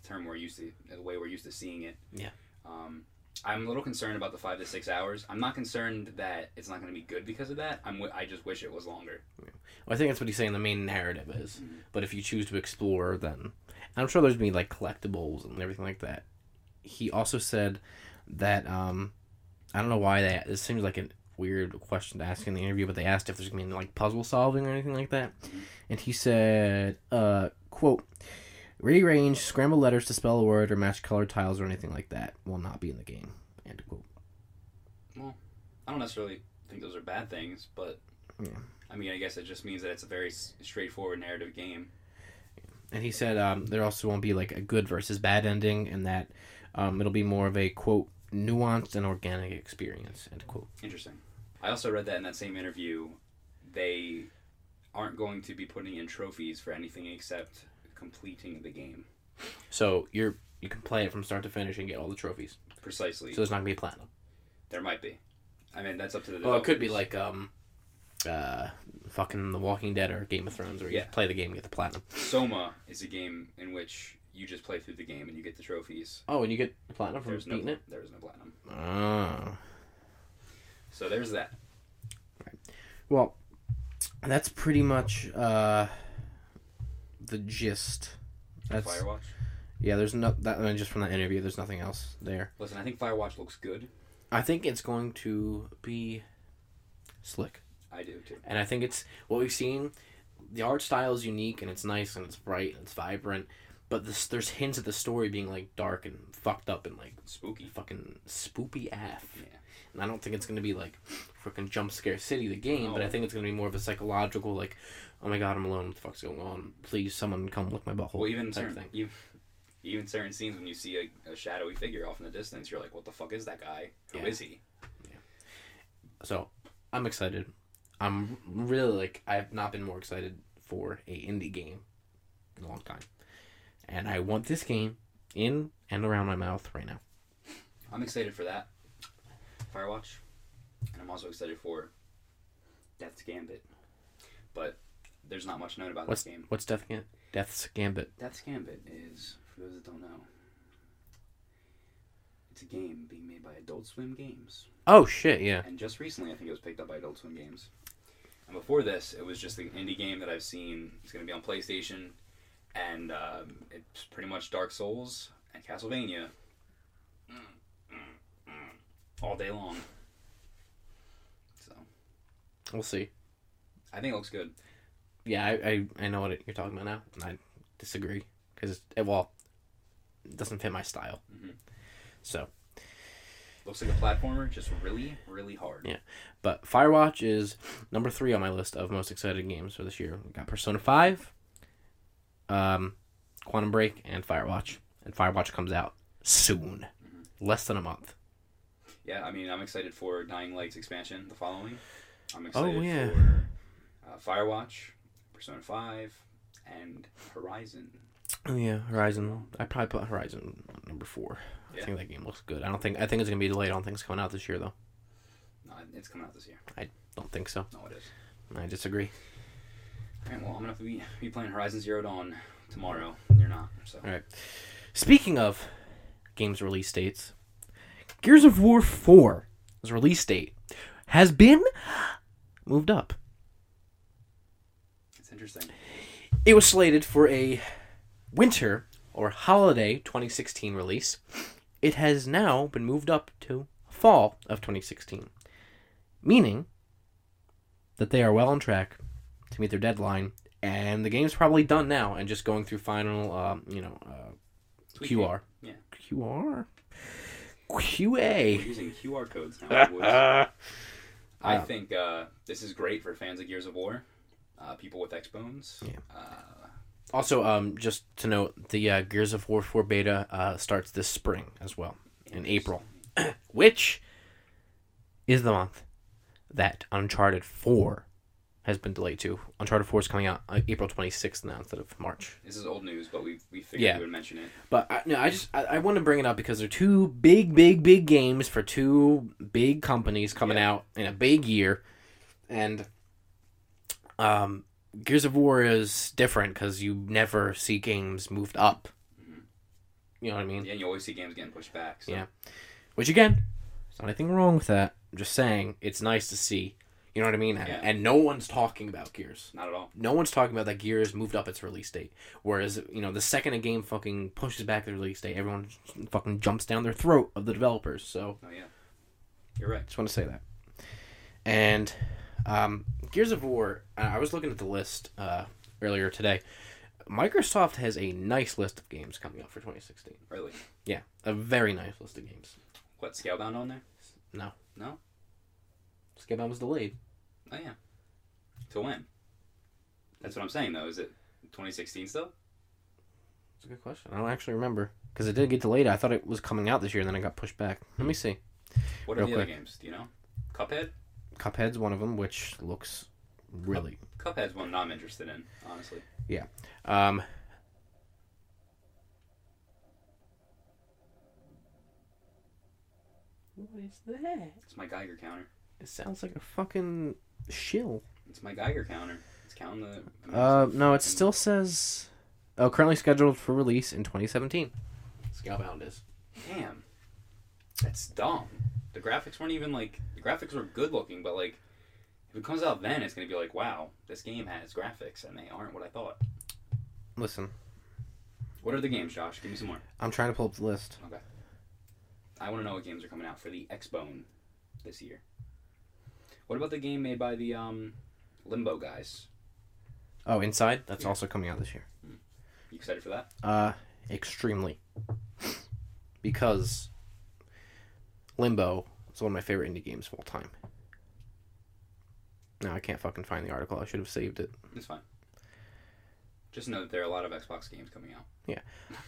Speaker 2: the term we're used to, the way we're used to seeing it.
Speaker 1: Yeah.
Speaker 2: Um, I'm a little concerned about the five to six hours. I'm not concerned that it's not going to be good because of that. I'm w- I just wish it was longer.
Speaker 1: Well, I think that's what he's saying. The main narrative is, but if you choose to explore, then and I'm sure there's gonna be like collectibles and everything like that. He also said that um, I don't know why that this seems like a weird question to ask in the interview, but they asked if there's gonna be any, like puzzle solving or anything like that, and he said, uh, "quote." Rearrange, scramble letters to spell a word, or match colored tiles or anything like that will not be in the game. End quote.
Speaker 2: I don't necessarily think those are bad things, but
Speaker 1: Yeah.
Speaker 2: I mean, I guess it just means that it's a very s- straightforward narrative game.
Speaker 1: And he said um, there also won't be like a good versus bad ending, and that um, it'll be more of a quote nuanced and organic experience. End quote.
Speaker 2: Interesting. I also read that in that same interview, they aren't going to be putting in trophies for anything except completing the game.
Speaker 1: So you're you can play it from start to finish and get all the trophies.
Speaker 2: Precisely.
Speaker 1: So there's not gonna be platinum.
Speaker 2: there might be. I mean, that's up to the.
Speaker 1: Well, it could be
Speaker 2: developers.
Speaker 1: like um, uh, fucking The Walking Dead or Game of Thrones, where you
Speaker 2: Yeah.
Speaker 1: play the game and get the platinum.
Speaker 2: Soma is a game in which you just play through the game and you get the trophies.
Speaker 1: Oh, and you get the platinum from
Speaker 2: There's no,
Speaker 1: beating it.
Speaker 2: there is no platinum.
Speaker 1: Oh.
Speaker 2: So there's that.
Speaker 1: Well, that's pretty much uh, the gist. That's
Speaker 2: Firewatch.
Speaker 1: yeah. There's no that and just from that interview. There's nothing else there.
Speaker 2: Listen, I think Firewatch looks good.
Speaker 1: I think it's going to be slick.
Speaker 2: I do too.
Speaker 1: And I think it's what we've seen. The art style is unique and it's nice and it's bright and it's vibrant. But this, there's hints of the story being like dark and fucked up and like
Speaker 2: Spooky.
Speaker 1: fucking spoopy af.
Speaker 2: Yeah.
Speaker 1: And I don't think it's gonna be like freaking jump scare city the game, but I
Speaker 2: No.
Speaker 1: think it's gonna be more of a psychological like, oh my god, I'm alone. What the fuck's going on? Please, someone come look my butthole.
Speaker 2: Well, even
Speaker 1: type
Speaker 2: certain you, even certain scenes when you see a, a shadowy figure off in the distance, you're like, "What the fuck is that guy? Who is
Speaker 1: Yeah.
Speaker 2: he?"
Speaker 1: So I'm excited. I'm really like I've not been more excited for a indie game in a long time, and I want this game in and around my mouth right now.
Speaker 2: I'm excited for that. Firewatch. and I'm also excited for Death's Gambit. But there's not much known about
Speaker 1: What's
Speaker 2: this game.
Speaker 1: what's Death Gam- Death's Gambit?
Speaker 2: Death's Gambit is, for those that don't know, it's a game being made by Adult Swim Games.
Speaker 1: Oh shit! Yeah.
Speaker 2: And just recently, I think it was picked up by Adult Swim Games. And before this, it was just an indie game that I've seen. It's going to be on PlayStation, and um, it's pretty much Dark Souls and Castlevania Mm, mm, mm, all day long. So
Speaker 1: We'll see.
Speaker 2: I think it looks good.
Speaker 1: Yeah, I I, I know what it, you're talking about now, and I disagree because it well it doesn't fit my style.
Speaker 2: Mhm.
Speaker 1: So,
Speaker 2: Looks like a platformer, just really, really hard.
Speaker 1: Yeah. but Firewatch is number three on my list of most excited games for this year. We got Persona Five, um, Quantum Break, and Firewatch. And Firewatch comes out soon, less than a month.
Speaker 2: Yeah, I mean, I'm excited for Dying Light's expansion, the following. I'm excited
Speaker 1: yeah.
Speaker 2: for uh, Firewatch, Persona 5, and Horizon.
Speaker 1: Oh, Yeah, Horizon. I probably put Horizon on number four.
Speaker 2: Yeah.
Speaker 1: I think that game looks good. I don't think I think it's gonna be delayed. I don't think it's coming out this year though.
Speaker 2: No, it's coming out this year.
Speaker 1: Don't think so.
Speaker 2: No, it is.
Speaker 1: I disagree.
Speaker 2: All right, well, I'm going to be, be playing Horizon Zero Dawn tomorrow. You're not, so.
Speaker 1: All right. Speaking of games release dates, Gears of War 4's release date has been moved up.
Speaker 2: It's interesting.
Speaker 1: It was slated for a winter or holiday 2016 release. It has now been moved up to fall of 2016, meaning that they are well on track to meet their deadline, and the game's probably done now and just going through final, um, you know, uh,
Speaker 2: Tweaking.
Speaker 1: QR.
Speaker 2: Yeah.
Speaker 1: QR?
Speaker 2: We're
Speaker 1: QA.
Speaker 2: using QR codes now. boys. I
Speaker 1: Yeah.
Speaker 2: think uh, this is great for fans of Gears of War, uh, people with X bones.
Speaker 1: Yeah.
Speaker 2: Uh,
Speaker 1: Also, um, just to note, the uh, Gears of War 4 beta uh, starts this spring as well, in April, which is the month that Uncharted 4 has been delayed to. Uncharted 4 is coming out uh, April 26th now instead of March.
Speaker 2: This is old news, but we, we figured
Speaker 1: Yeah.
Speaker 2: we would mention it.
Speaker 1: But I, no, I just I, I want to bring it up because they're two big, big, big games for two big companies coming
Speaker 2: Yeah.
Speaker 1: out in a big year, and um, Gears of War is different because you never see games moved up. You know what I mean?
Speaker 2: Mm-hmm. Yeah, and you always see games getting pushed back. So.
Speaker 1: Mm. Yeah. Which again, there's not anything wrong with that. I'm just saying it's nice to see. You know what I mean? And,
Speaker 2: Yeah.
Speaker 1: and no one's talking about Gears
Speaker 2: Not at all.
Speaker 1: no one's talking about that Gears moved up its release date. Whereas, you know, the second a game fucking pushes back the release date, everyone fucking jumps down their throat of the developers. So,
Speaker 2: Oh yeah, you're right.
Speaker 1: just want to say that. And um, Gears of War, I I was looking at the list uh, earlier today. Microsoft has a nice list of games coming up for 2016.
Speaker 2: Really.
Speaker 1: Yeah, a very nice list of games.
Speaker 2: What Scalebound on there?
Speaker 1: No.
Speaker 2: No?
Speaker 1: Skipbound was delayed.
Speaker 2: Oh yeah. To when? That's what I'm saying though. Is it 2016 still?
Speaker 1: That's a good question. I don't actually remember. Because it did get delayed. I thought it was coming out this year, and then it got pushed back. Let me see.
Speaker 2: What are
Speaker 1: Real
Speaker 2: the other
Speaker 1: quick.
Speaker 2: games? Do you know? Cuphead.
Speaker 1: Cuphead's one of them, which looks really.
Speaker 2: Cuphead's one that I'm interested in, honestly.
Speaker 1: Um, what is that?
Speaker 2: It's my Geiger counter.
Speaker 1: It sounds like a fucking shill.
Speaker 2: It's my Geiger counter. It's counting the.
Speaker 1: Uh, no, it still says. Oh, currently scheduled for release in 2017. Scalebound is.
Speaker 2: Damn. That's dumb. The graphics weren't even like the graphics were good looking, but like if it comes out then, it's gonna be like, wow, this game has graphics and they aren't what I thought.
Speaker 1: Listen,
Speaker 2: What are the games, Josh? Give me some more.
Speaker 1: I'm trying to pull up the list.
Speaker 2: I want to know what games are coming out for the Xbone this year. What about the game made by the um, Limbo guys?
Speaker 1: Oh, Inside? That's
Speaker 2: Yeah.
Speaker 1: also coming out this year.
Speaker 2: You excited for that?
Speaker 1: Uh, extremely. because Limbo is one of my favorite indie games of all time. No, I can't fucking find the article. I should have saved it.
Speaker 2: It's fine. Just know that there are a lot of Xbox games coming out.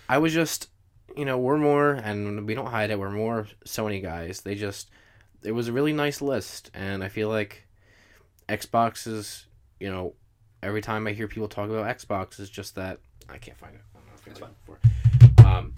Speaker 1: I was just, you know, we're more, and we don't hide it, we're more Sony guys. They just, it was a really nice list, and I feel like Xbox is, you know, every time I hear people talk about Xbox, it's just that I can't find it. I don't know if
Speaker 2: That's
Speaker 1: I can find it before. Um,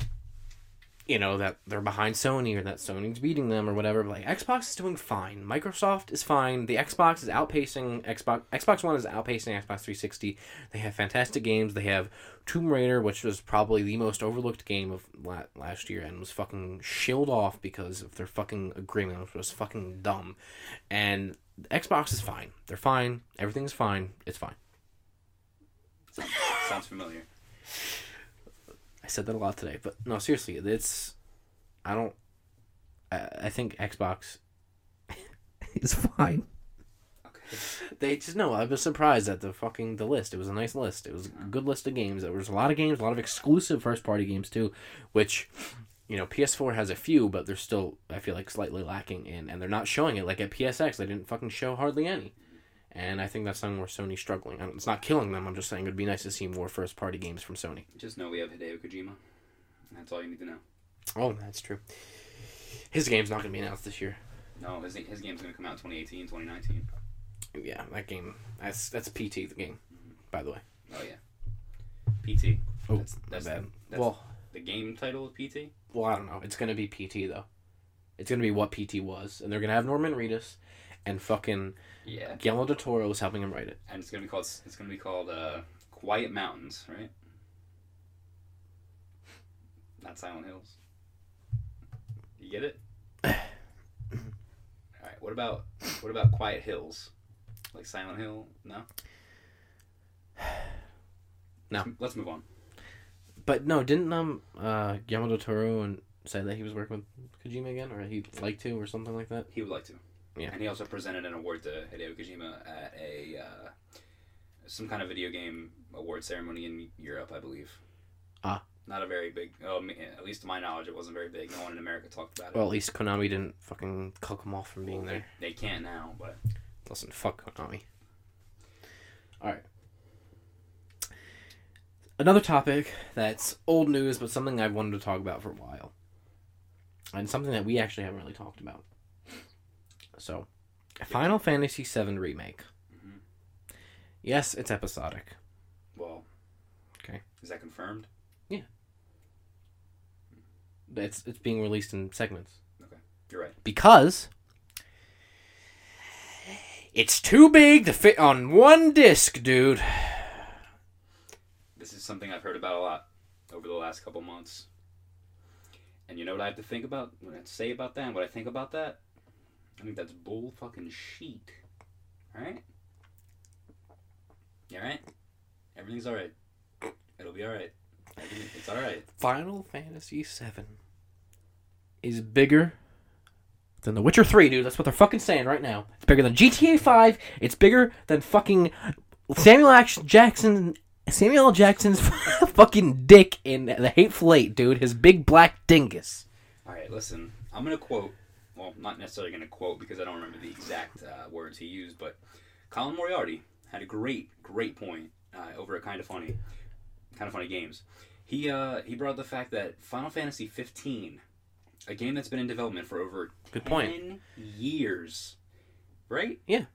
Speaker 1: you know that they're behind Sony or that Sony's beating them or whatever. But like Xbox is doing fine. Microsoft is fine. The Xbox is outpacing Xbox. Xbox One is outpacing Xbox 360. They have fantastic games. They have Tomb Raider, which was probably the most overlooked game of la- last year and was fucking shilled off because of their fucking agreement, which was fucking dumb. And the Xbox is fine. They're fine. Everything's fine. It's fine.
Speaker 2: Sounds, sounds familiar.
Speaker 1: I said that a lot today, but no, seriously, it's I don't. I, I think Xbox is fine.
Speaker 2: Okay.
Speaker 1: They just no. I was surprised at the fucking the list. It was a nice list. It was a good list of games. There was a lot of games, a lot of exclusive first party games too, which you know PS4 has a few, but they're still I feel like slightly lacking in, and they're not showing it. Like at PSX, they didn't fucking show hardly any. And I think that's something where Sony's struggling. And it's not killing them. I'm just saying it would be nice to see more first party games from Sony.
Speaker 2: Just know we have Hideo Kojima. That's all you need to know.
Speaker 1: Oh, that's true. His game's not going to be announced this year.
Speaker 2: No, his, his game's going to come out in 2018, 2019.
Speaker 1: Yeah, that game. That's that's PT the game, by the way.
Speaker 2: Oh, yeah. PT.
Speaker 1: Oh,
Speaker 2: That's-
Speaker 1: my
Speaker 2: that's-
Speaker 1: bad.
Speaker 2: that's-
Speaker 1: well,
Speaker 2: The game title of PT?
Speaker 1: well, I don't know. It's going to be PT though. It's going to be what PT was, and they're going to have Norman Reedus, and fucking
Speaker 2: Yeah.
Speaker 1: Guillermo del Toro is helping him write it.
Speaker 2: And it's going to be called, it's going to be called, uh, Quiet Mountains, right? Not Silent Hills. You get it? Alright, what about, what about Quiet Hills? Like Silent Hill? No?
Speaker 1: No.
Speaker 2: Let's move on.
Speaker 1: But no, didn't um uh Guillermo del Toro and say that he was working with Kojima again, or he'd like to, or something like that?
Speaker 2: He would like to.
Speaker 1: Yeah.
Speaker 2: And he also presented an award to Hideo Kojima at a uh, some kind of video game award ceremony in Europe, I believe.
Speaker 1: Ah.
Speaker 2: Not a very big. Oh, me- at least to my knowledge, it wasn't very big. No one in America talked about it.
Speaker 1: Well, at least Konami didn't fucking cuck him off from being
Speaker 2: Well,
Speaker 1: there.
Speaker 2: They, they can't now, but
Speaker 1: Listen, fuck Konami. Alright. Another topic that's old news, but something I've wanted to talk about for a while. And something that we actually haven't really talked about. So, Final Fantasy VII Remake.
Speaker 2: Mhm.
Speaker 1: Yes, it's episodic.
Speaker 2: well.
Speaker 1: Okay.
Speaker 2: Is that confirmed?
Speaker 1: It's, it's being released in segments.
Speaker 2: You're right.
Speaker 1: because it's too big to fit on one disc, dude.
Speaker 2: This is something I've heard about a lot over the last couple months. And you know what I have to think about? What I have to say about that? and What I think about that? I think that's bull fucking sheet. Alright? You alright? Everything's alright. It'll be alright. Everything- It's alright.
Speaker 1: Final Fantasy VII is bigger than The Witcher 3, dude. That's what they're fucking saying right now. It's bigger than GTA 5. It's bigger than fucking Samuel Ax- Jackson. Samuel L. Jackson's fucking dick in The Hateful Eight, dude. His big black dingus.
Speaker 2: Alright, listen. I'm gonna quote, well, not necessarily gonna quote because I don't remember the exact uh, words he used, but Colin Moriarty had a great, great point uh, over at Kind of Funny, Kind of Funny Games. He uh, he brought up the fact that Final Fantasy 15, a game that's been in development for over
Speaker 1: Good
Speaker 2: 10
Speaker 1: point.
Speaker 2: years, right?
Speaker 1: Yeah.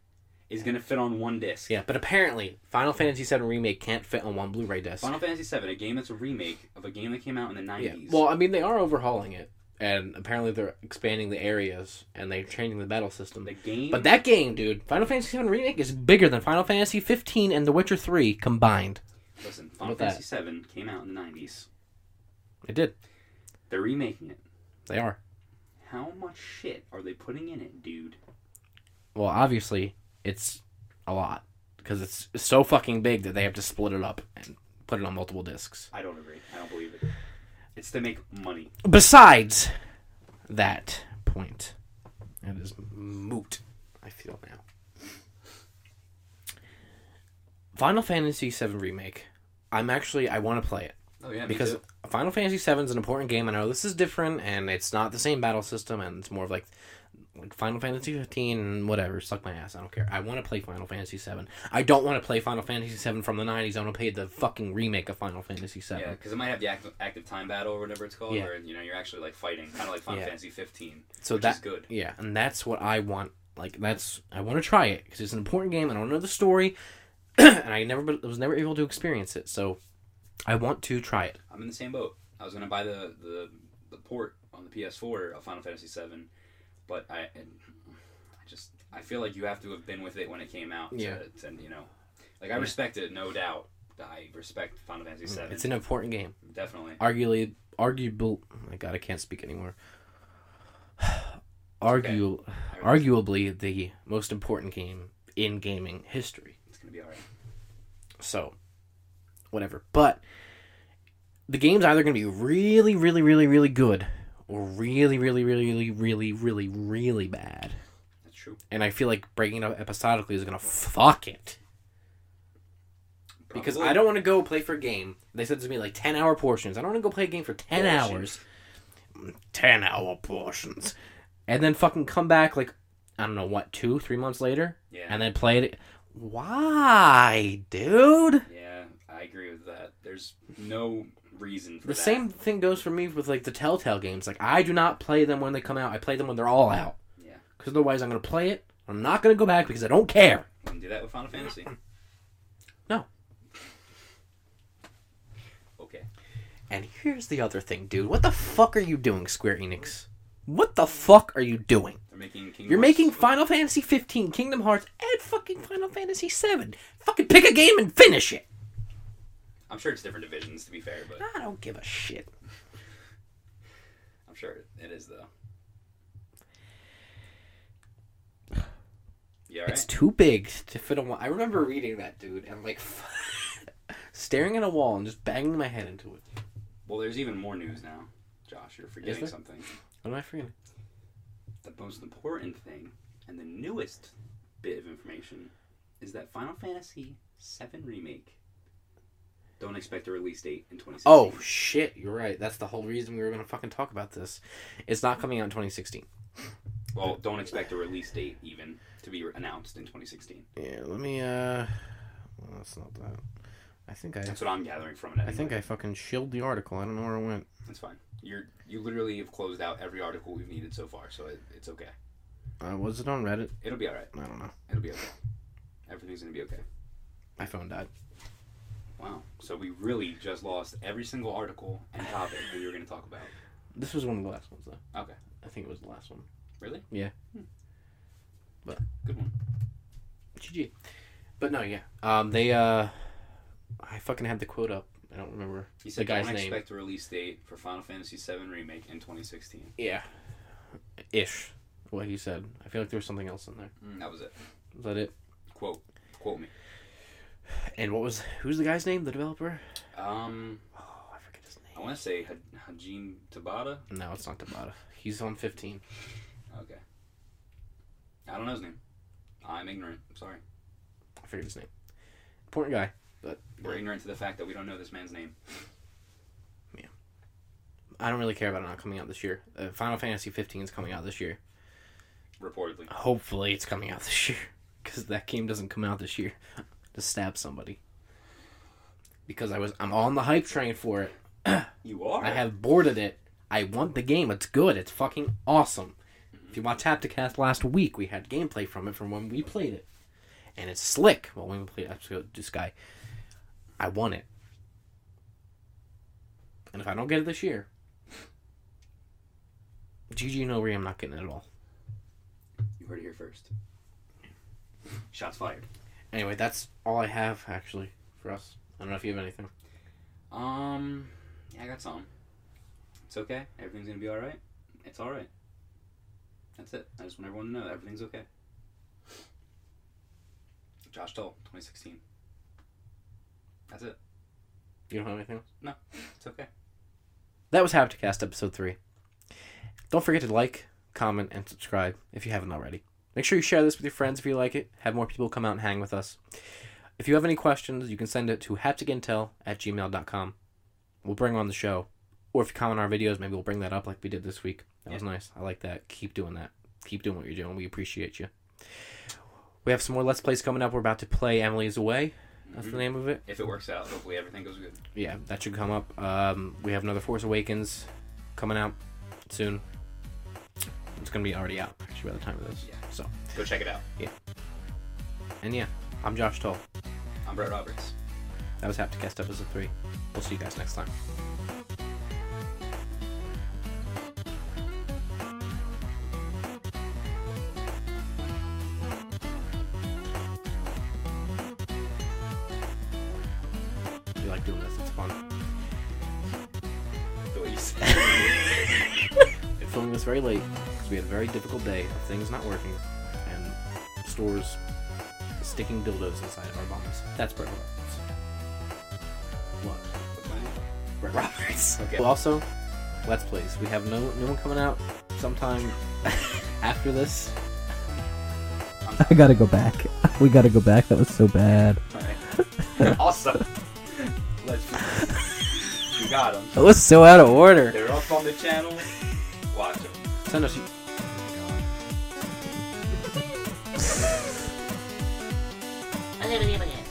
Speaker 2: Is gonna fit on one disc.
Speaker 1: Yeah, but apparently, Final Fantasy VII Remake can't fit on one Blu ray disc.
Speaker 2: Final Fantasy 7, a game that's a remake of a game that came out in the 90s.
Speaker 1: Yeah. Well, I mean, they are overhauling it, and apparently they're expanding the areas and they're changing the battle system.
Speaker 2: the game.
Speaker 1: But that game, dude, Final Fantasy VII Remake is bigger than Final Fantasy 15 and The Witcher 3 combined.
Speaker 2: listen, Final
Speaker 1: about that?
Speaker 2: Fantasy 7 came out in the 90s.
Speaker 1: They did.
Speaker 2: They're remaking it.
Speaker 1: They are.
Speaker 2: How much shit are they putting in it, dude?
Speaker 1: Well, obviously, it's a lot because it's so fucking big that they have to split it up and put it on multiple discs.
Speaker 2: I don't agree. I don't believe it. It's to make money.
Speaker 1: Besides that point, it is moot. I feel now. Final Fantasy VII remake. I'm actually I want to play it
Speaker 2: Oh yeah,
Speaker 1: because Final Fantasy VII is an important game. I know this is different and it's not the same battle system and it's more of like like Final Fantasy 15 and whatever. Suck my ass. I don't care. I want to play Final Fantasy VII. I don't want to play Final Fantasy VII from the 90s. I want to play the fucking remake of Final Fantasy VII.
Speaker 2: yeah, because it might have the active, active time battle or whatever it's called,
Speaker 1: Yeah.
Speaker 2: where you know you're actually like fighting, kind of like Final
Speaker 1: Yeah.
Speaker 2: Fantasy 15.
Speaker 1: So
Speaker 2: which
Speaker 1: that-
Speaker 2: is good.
Speaker 1: Yeah, and that's what I want. Like that's I want to try it because it's an important game. and I don't know the story, and I never I was never able to experience it. So I want to try it.
Speaker 2: I'm in the same boat. I was gonna buy the the the port on the PS4 of Final Fantasy VII, but I, and I just I feel like you have to have been with it when it came out.
Speaker 1: Yeah.
Speaker 2: To, to, you know, like I
Speaker 1: Yeah.
Speaker 2: respect it, no doubt. I respect Final Fantasy VII.
Speaker 1: It's an important game.
Speaker 2: definitely.
Speaker 1: Arguably, arguable. My God, I can't speak anymore. Argu, arguably the most important game in gaming history.
Speaker 2: It's gonna be alright.
Speaker 1: So, whatever. But the game's either going to be really, really, really, really good, or really, really, really, really, really, really, really bad.
Speaker 2: That's true.
Speaker 1: And I feel like breaking it up episodically is going to fuck it. Because
Speaker 2: Probably.
Speaker 1: I don't want to go play for a game. They said to me like ten hour portions. I don't want to go play a game for ten hours.
Speaker 2: Portions.
Speaker 1: Ten hour portions, and then fucking come back like I don't know what two three months later,
Speaker 2: Yeah.
Speaker 1: and then play it. Why, dude?
Speaker 2: yeah, I agree with that. There's no reason for
Speaker 1: The
Speaker 2: that.
Speaker 1: same thing goes for me with like the Telltale games. Like I do not play them when they come out. I play them when they're all out.
Speaker 2: Yeah.
Speaker 1: Because otherwise, I'm gonna play it. I'm not gonna go back because I don't care.
Speaker 2: You can do that with Final Fantasy.
Speaker 1: No.
Speaker 2: Okay.
Speaker 1: And here's the other thing, dude. What the fuck are you doing, Square Enix? What the fuck are you doing?
Speaker 2: They're making Kingdom
Speaker 1: You're
Speaker 2: Hearts-
Speaker 1: making Final Fantasy 15, Kingdom Hearts, and fucking Final Fantasy 7. Fucking pick a game and finish it.
Speaker 2: I'm sure it's different divisions to be fair, but
Speaker 1: I don't give a shit.
Speaker 2: I'm sure it is though. Yeah,
Speaker 1: It's
Speaker 2: right.
Speaker 1: too big to fit on. one- I remember reading that, dude, and like staring at a wall and just banging my head into it.
Speaker 2: Well, there's even more news now. Josh, you're forgetting
Speaker 1: there?
Speaker 2: something.
Speaker 1: What am I forgetting?
Speaker 2: The most important thing and the newest bit of information is that Final Fantasy VII remake. Don't expect a release date in 2016.
Speaker 1: Oh shit! You're right. That's the whole reason we were gonna fucking talk about this. It's not coming out in 2016.
Speaker 2: well, don't expect a release date even to be re- announced in 2016.
Speaker 1: Yeah. Let me. uh... Well, that's not that. I think I.
Speaker 2: That's what I'm gathering from it. Anyway.
Speaker 1: I think I fucking shielded the article. I don't know where it went.
Speaker 2: That's fine. You're you literally have closed out every article we've needed so far, so it, it's okay.
Speaker 1: Uh, was it on Reddit?
Speaker 2: It'll be all right.
Speaker 1: I don't know.
Speaker 2: It'll be okay. Everything's gonna be okay.
Speaker 1: My phone died.
Speaker 2: Wow. So we really just lost every single article and topic that we were gonna talk about.
Speaker 1: This was one of the last ones, though.
Speaker 2: Okay.
Speaker 1: I think it was the last one.
Speaker 2: Really?
Speaker 1: Yeah.
Speaker 2: Hmm.
Speaker 1: But-
Speaker 2: good one.
Speaker 1: GG. But no, yeah. Um, they uh, I fucking had the quote up. I don't remember.
Speaker 2: He said,
Speaker 1: guy's
Speaker 2: "Don't
Speaker 1: name.
Speaker 2: expect a release date for Final Fantasy VII remake in 2016."
Speaker 1: Yeah. Ish. What he said. I feel like there was something else in there.
Speaker 2: Mm, that was it.
Speaker 1: Was that it?
Speaker 2: Quote. Quote me.
Speaker 1: And what was who's the guy's name? The developer?
Speaker 2: Um,
Speaker 1: Oh, I forget his
Speaker 2: I
Speaker 1: name.
Speaker 2: want to say H- Hajime Tabata.
Speaker 1: No, it's not Tabata. He's on fifteen.
Speaker 2: Okay. I don't know his name. I'm ignorant. I'm sorry.
Speaker 1: I forget his name. Important guy.
Speaker 2: We're ignorant to the fact that we don't know this man's name.
Speaker 1: I don't really care about it not coming out this year. Uh, Final Fantasy fifteen is coming out this year.
Speaker 2: Reportedly.
Speaker 1: Hopefully, it's coming out this year because that game doesn't come out this year. to stab somebody. Because I was, I'm on the hype train for it.
Speaker 2: You are.
Speaker 1: I have boarded it. I want the game. It's good. It's fucking awesome. If you watch Hapticast last week, we had gameplay from it from when we played it, and it's slick. Well, when we played episode this guy, I want it. And if I don't get it this year, GG no re, I'm not getting it at all.
Speaker 2: You heard it here first. Shots fired.
Speaker 1: Anyway, that's all I have actually for us. I don't know if you have anything.
Speaker 2: Um, yeah, I got some. It's okay. Everything's gonna be all right. It's all right. That's it. I just want everyone to know that everything's okay. Josh Toll, 2016. That's it.
Speaker 1: You don't have anything.
Speaker 2: No, it's okay.
Speaker 1: That was Hapticast episode 3. Don't forget to like, comment, and subscribe if you haven't already. Make sure you share this with your friends if you like it. Have more people come out and hang with us. If you have any questions, you can send it to hapticintel at gmail.com. We'll bring on the show. Or if you comment on our videos, maybe we'll bring that up like we did this week. That was nice. I like that. Keep doing that. Keep doing what you're doing. We appreciate you. We have some more Let's Plays coming up. We're about to play Emily's Away. That's the name of it
Speaker 2: Mm-hmm. If it works out, hopefully everything goes good.
Speaker 1: yeah, that should come up. Um, we have another Force Awakens coming out soon. It's gonna be already out actually by the time of this.
Speaker 2: Yeah.
Speaker 1: So
Speaker 2: Go check it out.
Speaker 1: and yeah, I'm Josh Toll.
Speaker 2: I'm Brett Roberts.
Speaker 1: That was Hapticast episode three. We'll see you guys next time. like doing this. It's fun.
Speaker 2: The way you said it.
Speaker 1: We're filming this very late because we had a very difficult day of things not working and stores sticking dildos inside of our bombs. That's Brett Roberts. What?
Speaker 2: What's my name?
Speaker 1: Brett Roberts.
Speaker 2: Okay.
Speaker 1: Well, also, Let's Plays. We have no no one coming out sometime after this.
Speaker 2: I'm
Speaker 3: I gotta go back. We gotta go back. That was so bad.
Speaker 2: sorry. awesome. Let's You got them.
Speaker 3: That was so out of order.
Speaker 2: They're up on the channel. Watch them.
Speaker 1: Send us.
Speaker 4: Olha, olha, olha.